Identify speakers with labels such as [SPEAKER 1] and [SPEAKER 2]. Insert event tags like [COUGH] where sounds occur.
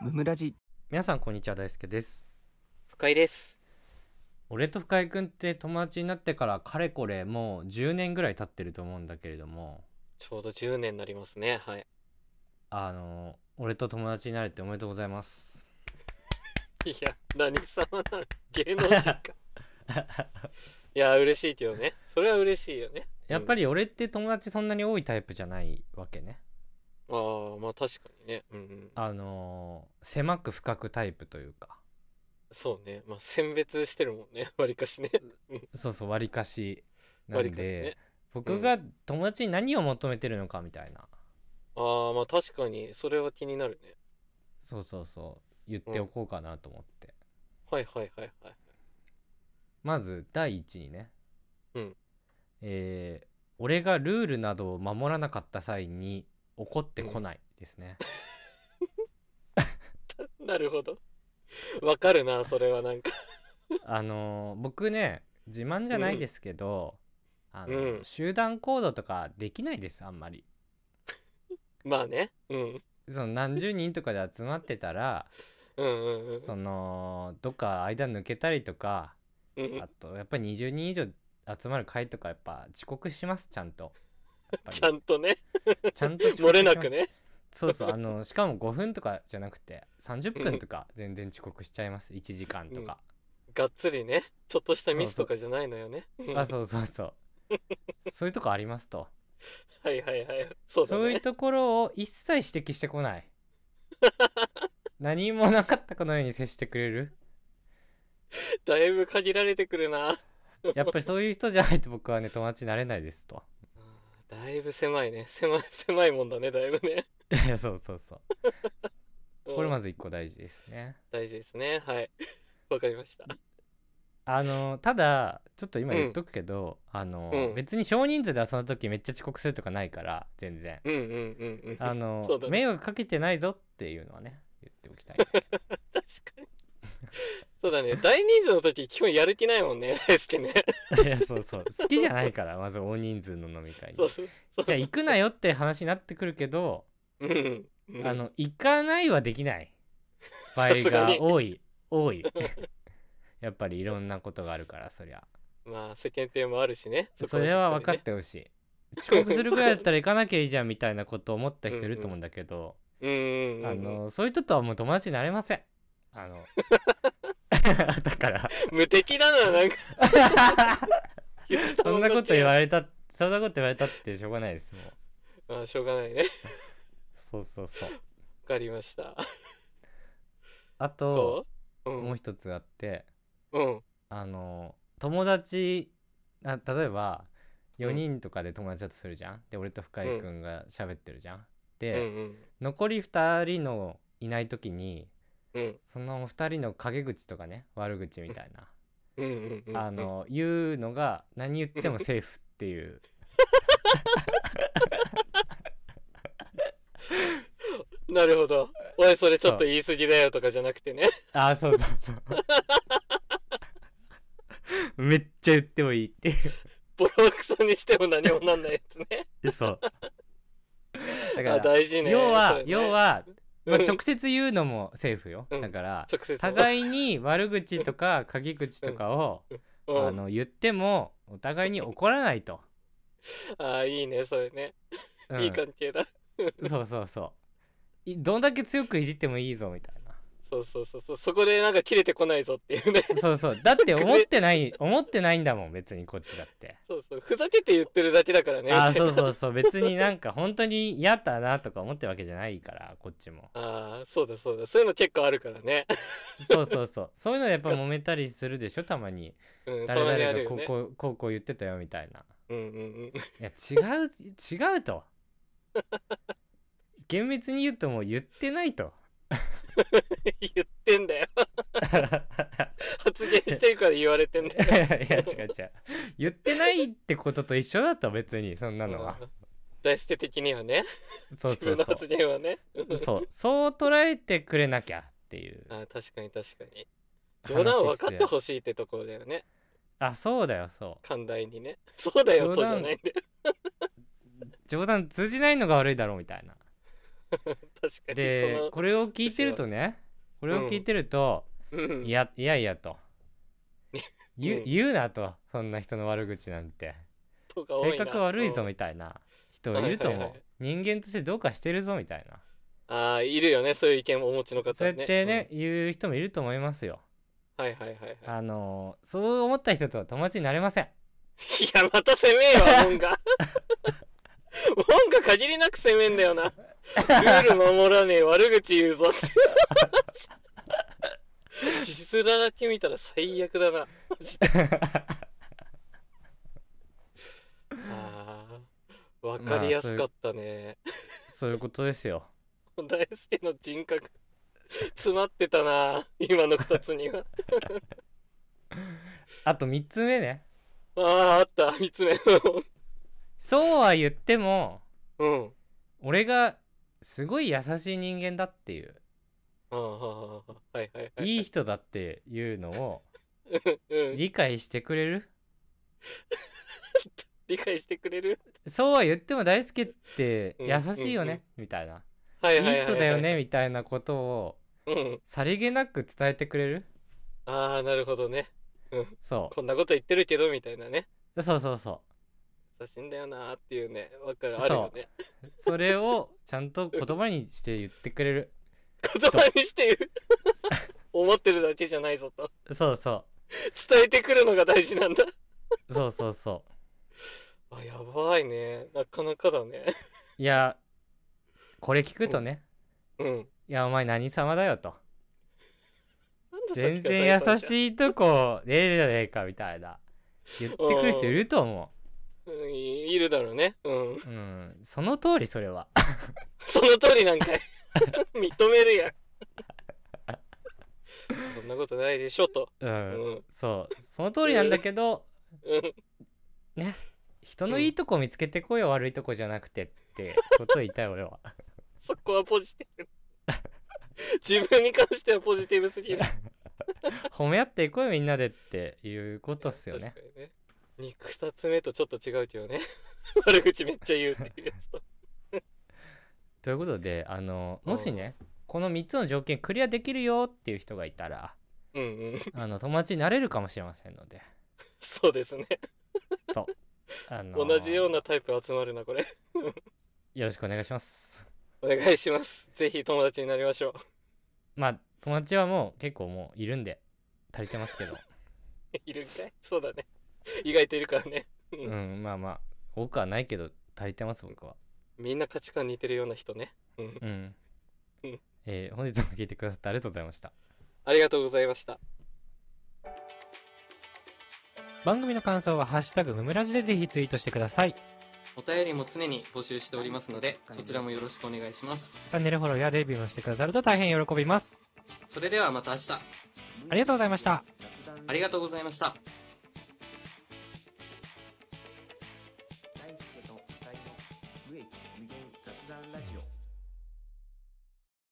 [SPEAKER 1] ムラジ
[SPEAKER 2] 皆さんこんにちは大輔です
[SPEAKER 3] 深井です。
[SPEAKER 2] 俺と深井くんって友達になってからかれこれもう10年ぐらい経ってると思うんだけれども
[SPEAKER 3] ちょうど10年になりますね。はい。
[SPEAKER 2] あの俺と友達になれておめでとうございます
[SPEAKER 3] いや、何様なん芸能人
[SPEAKER 2] [LAUGHS]
[SPEAKER 3] か。いや、嬉しいけどね。それは嬉しいよね。
[SPEAKER 2] やっぱり俺って友達そんなに多いタイプじゃないわけね
[SPEAKER 3] ああ、まあ確かにね。うんうん。
[SPEAKER 2] あの狭く深くタイプというか
[SPEAKER 3] そうね。まあ選別してるもんね。わ [LAUGHS] りかしね。
[SPEAKER 2] そうそうわりかしな
[SPEAKER 3] わ
[SPEAKER 2] ん
[SPEAKER 3] りかしね
[SPEAKER 2] で、。僕が友達に何を求めてるのかみたいな
[SPEAKER 3] ああ、まあ確かに、それは気になるね。
[SPEAKER 2] そうそうそう言っておこうかなと思って、
[SPEAKER 3] はいはいはいはい。
[SPEAKER 2] まず第一にね、
[SPEAKER 3] うん
[SPEAKER 2] えー俺がルールなどを守らなかった際に怒ってこないです
[SPEAKER 3] [LAUGHS]
[SPEAKER 2] ね、
[SPEAKER 3] なるほど。わかるな、それはなんか。
[SPEAKER 2] あのー僕ね自慢じゃないですけど、あの
[SPEAKER 3] うん
[SPEAKER 2] 集団行動とかできないですあんまり
[SPEAKER 3] まあね。うん。
[SPEAKER 2] その何十人とかで集まってたら
[SPEAKER 3] うんうんうん。
[SPEAKER 2] そのどっか間抜けたりとか
[SPEAKER 3] うんうん
[SPEAKER 2] あとやっぱり20人以上集まる会とかやっぱ遅刻しますちゃんとやっぱり
[SPEAKER 3] ちゃんとね。
[SPEAKER 2] ちゃんと遅刻しま
[SPEAKER 3] 漏
[SPEAKER 2] す
[SPEAKER 3] れなくね。
[SPEAKER 2] そうそうあの [LAUGHS] しかも5分とかじゃなくて30分とか全然遅刻しちゃいます1時間とか、
[SPEAKER 3] がっつりね。ちょっとしたミスとかじゃないのよね。うん
[SPEAKER 2] あそうそうそうそういうとこありますと
[SPEAKER 3] はいはいはい。そうだ
[SPEAKER 2] いう
[SPEAKER 3] ね。
[SPEAKER 2] ところを一切指摘してこ
[SPEAKER 3] [LAUGHS]
[SPEAKER 2] ない何もなかったかのように接してくれる
[SPEAKER 3] だいぶ限られてくるな。
[SPEAKER 2] やっぱりそういう人じゃないと [LAUGHS] 僕はね友達になれないですと [LAUGHS]
[SPEAKER 3] だいぶ狭いね。狭い、狭いもんだね、だいぶね。
[SPEAKER 2] いやそうそうそう
[SPEAKER 3] うん
[SPEAKER 2] これまず1個大事ですね
[SPEAKER 3] 大事ですね。はい。わかりました。
[SPEAKER 2] あのただちょっと今言っとくけど、あの、
[SPEAKER 3] うん
[SPEAKER 2] 別に少人数で遊んだ時めっちゃ遅刻するとかないから全然
[SPEAKER 3] うんうんうんうん。
[SPEAKER 2] あの、
[SPEAKER 3] そうだね。
[SPEAKER 2] 迷惑かけてないぞっていうのはね言ってお
[SPEAKER 3] [LAUGHS]
[SPEAKER 2] きたい、
[SPEAKER 3] 確かに。そうだね。大人数の時、基本やる気ないもんね。大好
[SPEAKER 2] [LAUGHS]
[SPEAKER 3] き
[SPEAKER 2] ね、
[SPEAKER 3] ね。
[SPEAKER 2] いやそうそう好きじゃないからまず大人数の飲み会に
[SPEAKER 3] そうそう。そう
[SPEAKER 2] じゃあ
[SPEAKER 3] そう
[SPEAKER 2] 行くなよって話になってくるけど、
[SPEAKER 3] うんうん。
[SPEAKER 2] あの行かないはできない場合
[SPEAKER 3] さすが
[SPEAKER 2] が
[SPEAKER 3] に
[SPEAKER 2] 多い多
[SPEAKER 3] [LAUGHS]
[SPEAKER 2] いやっぱりいろんなことがあるからそりゃ
[SPEAKER 3] まあ、世間体もあるしね。こ
[SPEAKER 2] それは分かっ
[SPEAKER 3] し
[SPEAKER 2] てほしい遅刻するぐらいだったら行かなきゃいいじゃんみたいなことを思った人いると思うんだけど、
[SPEAKER 3] っかりね。うんうんうん。
[SPEAKER 2] あ
[SPEAKER 3] あの、
[SPEAKER 2] のそういう人とはもう友達になれませんあ
[SPEAKER 3] [LAUGHS]
[SPEAKER 2] の [LAUGHS] だから
[SPEAKER 3] 無敵だな、
[SPEAKER 2] [LAUGHS]
[SPEAKER 3] なんか。
[SPEAKER 2] そんなこと言
[SPEAKER 3] れ
[SPEAKER 2] われたそんなこと言われたってしょうがないですもう
[SPEAKER 3] まあ、しょうがないね。わ
[SPEAKER 2] そうそうそう
[SPEAKER 3] かりました。
[SPEAKER 2] あと
[SPEAKER 3] どうう。
[SPEAKER 2] もうん一つあって
[SPEAKER 3] うん。
[SPEAKER 2] あの友達あ例えば
[SPEAKER 3] う
[SPEAKER 2] 4
[SPEAKER 3] ん
[SPEAKER 2] 人とかで友達だとするじゃんで俺と深井君が喋ってるじゃん
[SPEAKER 3] うん
[SPEAKER 2] で、残り2人のいない時に
[SPEAKER 3] うん。うん。
[SPEAKER 2] その2人の陰口とかね悪口みたいな、
[SPEAKER 3] うんうんうんうん。
[SPEAKER 2] あの言うのが何言ってもセーフって
[SPEAKER 3] [LAUGHS]
[SPEAKER 2] いう
[SPEAKER 3] なるほど。おい、それちょっと言い過ぎだよとかじゃなくてね。
[SPEAKER 2] あーそうそう [LAUGHS] そうめっちゃ言ってもいいっていう
[SPEAKER 3] ボロクソにしても何もなんないやつね。
[SPEAKER 2] そう。 [LAUGHS] だか
[SPEAKER 3] あ
[SPEAKER 2] ら、
[SPEAKER 3] 大事ね。
[SPEAKER 2] 要
[SPEAKER 3] そ
[SPEAKER 2] は
[SPEAKER 3] れ、ね
[SPEAKER 2] 要、は、まあ
[SPEAKER 3] うん
[SPEAKER 2] 直接言うのもセーフよ。
[SPEAKER 3] うん
[SPEAKER 2] だから、
[SPEAKER 3] 直接ね。
[SPEAKER 2] 互いに悪口とか陰口とかを、
[SPEAKER 3] うん
[SPEAKER 2] あの言ってもお互いに怒らないと。
[SPEAKER 3] あいいね、それね。
[SPEAKER 2] うん
[SPEAKER 3] いい関係だ。
[SPEAKER 2] そうそうそう。いどんだけ強くいじってもいいぞみたいな。
[SPEAKER 3] そうそうそうそう。そこでなんか切れてこないぞっていうね。 [LAUGHS]
[SPEAKER 2] そうそう。だって思ってない、思ってないんだもん、別にこっちだって。
[SPEAKER 3] そうそう。ふざけて言ってるだけだからね。
[SPEAKER 2] あ
[SPEAKER 3] み
[SPEAKER 2] そ
[SPEAKER 3] たい
[SPEAKER 2] う
[SPEAKER 3] な
[SPEAKER 2] そうそう。別になんか本当に嫌だなとか思ってるわけじゃないから、こっちも。
[SPEAKER 3] あーそうだそうだ。そういうの結構あるからね。
[SPEAKER 2] そうそうそう。そういうのやっぱ揉めたりするでしょ、たまに。
[SPEAKER 3] うん、た
[SPEAKER 2] 誰
[SPEAKER 3] まにある
[SPEAKER 2] 々が
[SPEAKER 3] よ
[SPEAKER 2] こうこ
[SPEAKER 3] ね。
[SPEAKER 2] うこうこう言ってたよみたいな。
[SPEAKER 3] うんうん [LAUGHS]
[SPEAKER 2] いや違う違うと。 [LAUGHS] 厳密に言うともう言ってないと。 [LAUGHS]
[SPEAKER 3] うん。言ってんだ
[SPEAKER 2] い
[SPEAKER 3] よ。
[SPEAKER 2] や
[SPEAKER 3] 発言してるから言われてんだよ。
[SPEAKER 2] 違う違う。言ってないってことと一緒だと別にそんなのは
[SPEAKER 3] う。ん大捨て的にはね。
[SPEAKER 2] そうそう
[SPEAKER 3] 自分の
[SPEAKER 2] そ
[SPEAKER 3] 発言はね。
[SPEAKER 2] う。そうそう捉えてくれなきゃっていう。
[SPEAKER 3] あー確かに確かに。冗談を分かっ
[SPEAKER 2] 話っ
[SPEAKER 3] て
[SPEAKER 2] すよ
[SPEAKER 3] ほしいってところだよね。
[SPEAKER 2] あそうだよそう。
[SPEAKER 3] 寛大にね。そうだよ
[SPEAKER 2] 冗
[SPEAKER 3] とじ
[SPEAKER 2] 談
[SPEAKER 3] ゃないんだよ。
[SPEAKER 2] 冗談通じないのが悪いだろうみたいな。
[SPEAKER 3] 確かにそ
[SPEAKER 2] で
[SPEAKER 3] の。
[SPEAKER 2] これを聞いてるとねこれを聞いてると、
[SPEAKER 3] うん
[SPEAKER 2] いやいやいや
[SPEAKER 3] [LAUGHS]
[SPEAKER 2] と言う
[SPEAKER 3] うん
[SPEAKER 2] 言うなとそんな人の悪口なんて
[SPEAKER 3] とか多いな
[SPEAKER 2] 性格悪いぞ
[SPEAKER 3] うん
[SPEAKER 2] みたいな人がいると
[SPEAKER 3] はいは
[SPEAKER 2] 思
[SPEAKER 3] い
[SPEAKER 2] う
[SPEAKER 3] は
[SPEAKER 2] 人間としてどうかしてるぞみたいな
[SPEAKER 3] ああいるよねそういう意見をお持ちの方ね
[SPEAKER 2] そうやってね、言う人もいると思いますよ
[SPEAKER 3] うんはいはいはいはい
[SPEAKER 2] あのーそう思った人とは友達になれません
[SPEAKER 3] いや、また攻め
[SPEAKER 2] [LAUGHS]
[SPEAKER 3] えわ、門が。門が限りなく攻めんだよな。ルール守らねえ、悪口言うぞって。 [LAUGHS] 地図だけ見たら最悪だな。マ
[SPEAKER 2] [LAUGHS]
[SPEAKER 3] ジで。ああ、わかりやすかったね。
[SPEAKER 2] そういうことですよ
[SPEAKER 3] 大輔の人格、詰まってたな、今の二つには。
[SPEAKER 2] あと3つ目ね
[SPEAKER 3] ああ、あった、三つ目。
[SPEAKER 2] そうは言っても
[SPEAKER 3] うん。うん
[SPEAKER 2] 俺がすごい優しい人間だっていう
[SPEAKER 3] ああ、はいはいはい。
[SPEAKER 2] いい人だっていうのを
[SPEAKER 3] うん
[SPEAKER 2] 理解してくれる
[SPEAKER 3] 理解してくれる
[SPEAKER 2] そうは言っても大輔って
[SPEAKER 3] うん
[SPEAKER 2] 優しいよ
[SPEAKER 3] うん
[SPEAKER 2] ねみたいな
[SPEAKER 3] はいい
[SPEAKER 2] い
[SPEAKER 3] はいはいはい
[SPEAKER 2] 人だよね。みたいなことを
[SPEAKER 3] うん。
[SPEAKER 2] さりげなく伝えてくれる
[SPEAKER 3] ああ、なるほどね。
[SPEAKER 2] そ
[SPEAKER 3] こんなこと言ってるけど、みたいなね。
[SPEAKER 2] うそうそうそ
[SPEAKER 3] 優しいんだよなーっていうね。わかる。あるよね。
[SPEAKER 2] うそれをちゃんと言葉にして言ってくれる
[SPEAKER 3] 言葉にして言う。思ってるだけじゃないぞと。
[SPEAKER 2] そうそ
[SPEAKER 3] 伝えてくるのが大事なんだ。
[SPEAKER 2] うそうそうそ
[SPEAKER 3] あ、やばいね。なかなかだね。
[SPEAKER 2] ういやこれ聞くとね
[SPEAKER 3] うん。
[SPEAKER 2] いやお前何様だよと
[SPEAKER 3] なんでさっきから
[SPEAKER 2] 全然優
[SPEAKER 3] 第三者
[SPEAKER 2] しいとこねえじゃねえかみたいな言ってくる人いると思
[SPEAKER 3] うんいいるだろうね。う
[SPEAKER 2] うう
[SPEAKER 3] ん。
[SPEAKER 2] んその通りそれは
[SPEAKER 3] その通りなん [LAUGHS] かい。認めるやん。そんなことないでしょと。
[SPEAKER 2] う
[SPEAKER 3] うんん。
[SPEAKER 2] そうその通りなんだけど
[SPEAKER 3] うん。
[SPEAKER 2] 人のいいとこ見つけてこいよ悪いとこじゃなくてってことを言いたい俺
[SPEAKER 3] [LAUGHS]
[SPEAKER 2] は
[SPEAKER 3] そこはポジティブ。 [LAUGHS] 自分に関してはポジティブすぎる。
[SPEAKER 2] 褒め合っていこうよみんなでっていうことっすよね
[SPEAKER 3] 確かにね。肉二つ目とちょっと違うけどね。 [LAUGHS] 悪口めっちゃ言うっていうやつと。
[SPEAKER 2] ということであの
[SPEAKER 3] うん
[SPEAKER 2] もしねこの3つの条件クリアできるよっていう人がいた
[SPEAKER 3] [LAUGHS]
[SPEAKER 2] ら
[SPEAKER 3] うんうん。
[SPEAKER 2] あの友達になれるかもしれませんので
[SPEAKER 3] そうですね。
[SPEAKER 2] そうあの
[SPEAKER 3] 同じようなタイプ集まるな、これ。
[SPEAKER 2] よろしくお願いします
[SPEAKER 3] お願いします。ぜひ友達になりましょう。
[SPEAKER 2] まあ友達はもう結構もういるんで足りてますけど
[SPEAKER 3] いるんかいそうだね。意外といるからね。
[SPEAKER 2] う
[SPEAKER 3] [LAUGHS] うん
[SPEAKER 2] んまあまあ多くはないけど足りてます僕は
[SPEAKER 3] みんな価値観似てるような人ね。うん。
[SPEAKER 2] うん
[SPEAKER 3] うん
[SPEAKER 2] えー本日も聞いてくださってありがとうございました
[SPEAKER 3] ありがとうございました。
[SPEAKER 2] 番組の感想はハッシュタグムムラジでぜひツイートしてくださいチ
[SPEAKER 1] お便りも常に募集しておりますので、そちらもよろしくお願いします。
[SPEAKER 2] ャンネルフォローやレビューもしてくださると大変喜びます
[SPEAKER 1] それではまた明日、
[SPEAKER 2] ありがとうございました
[SPEAKER 1] ありがとうございました。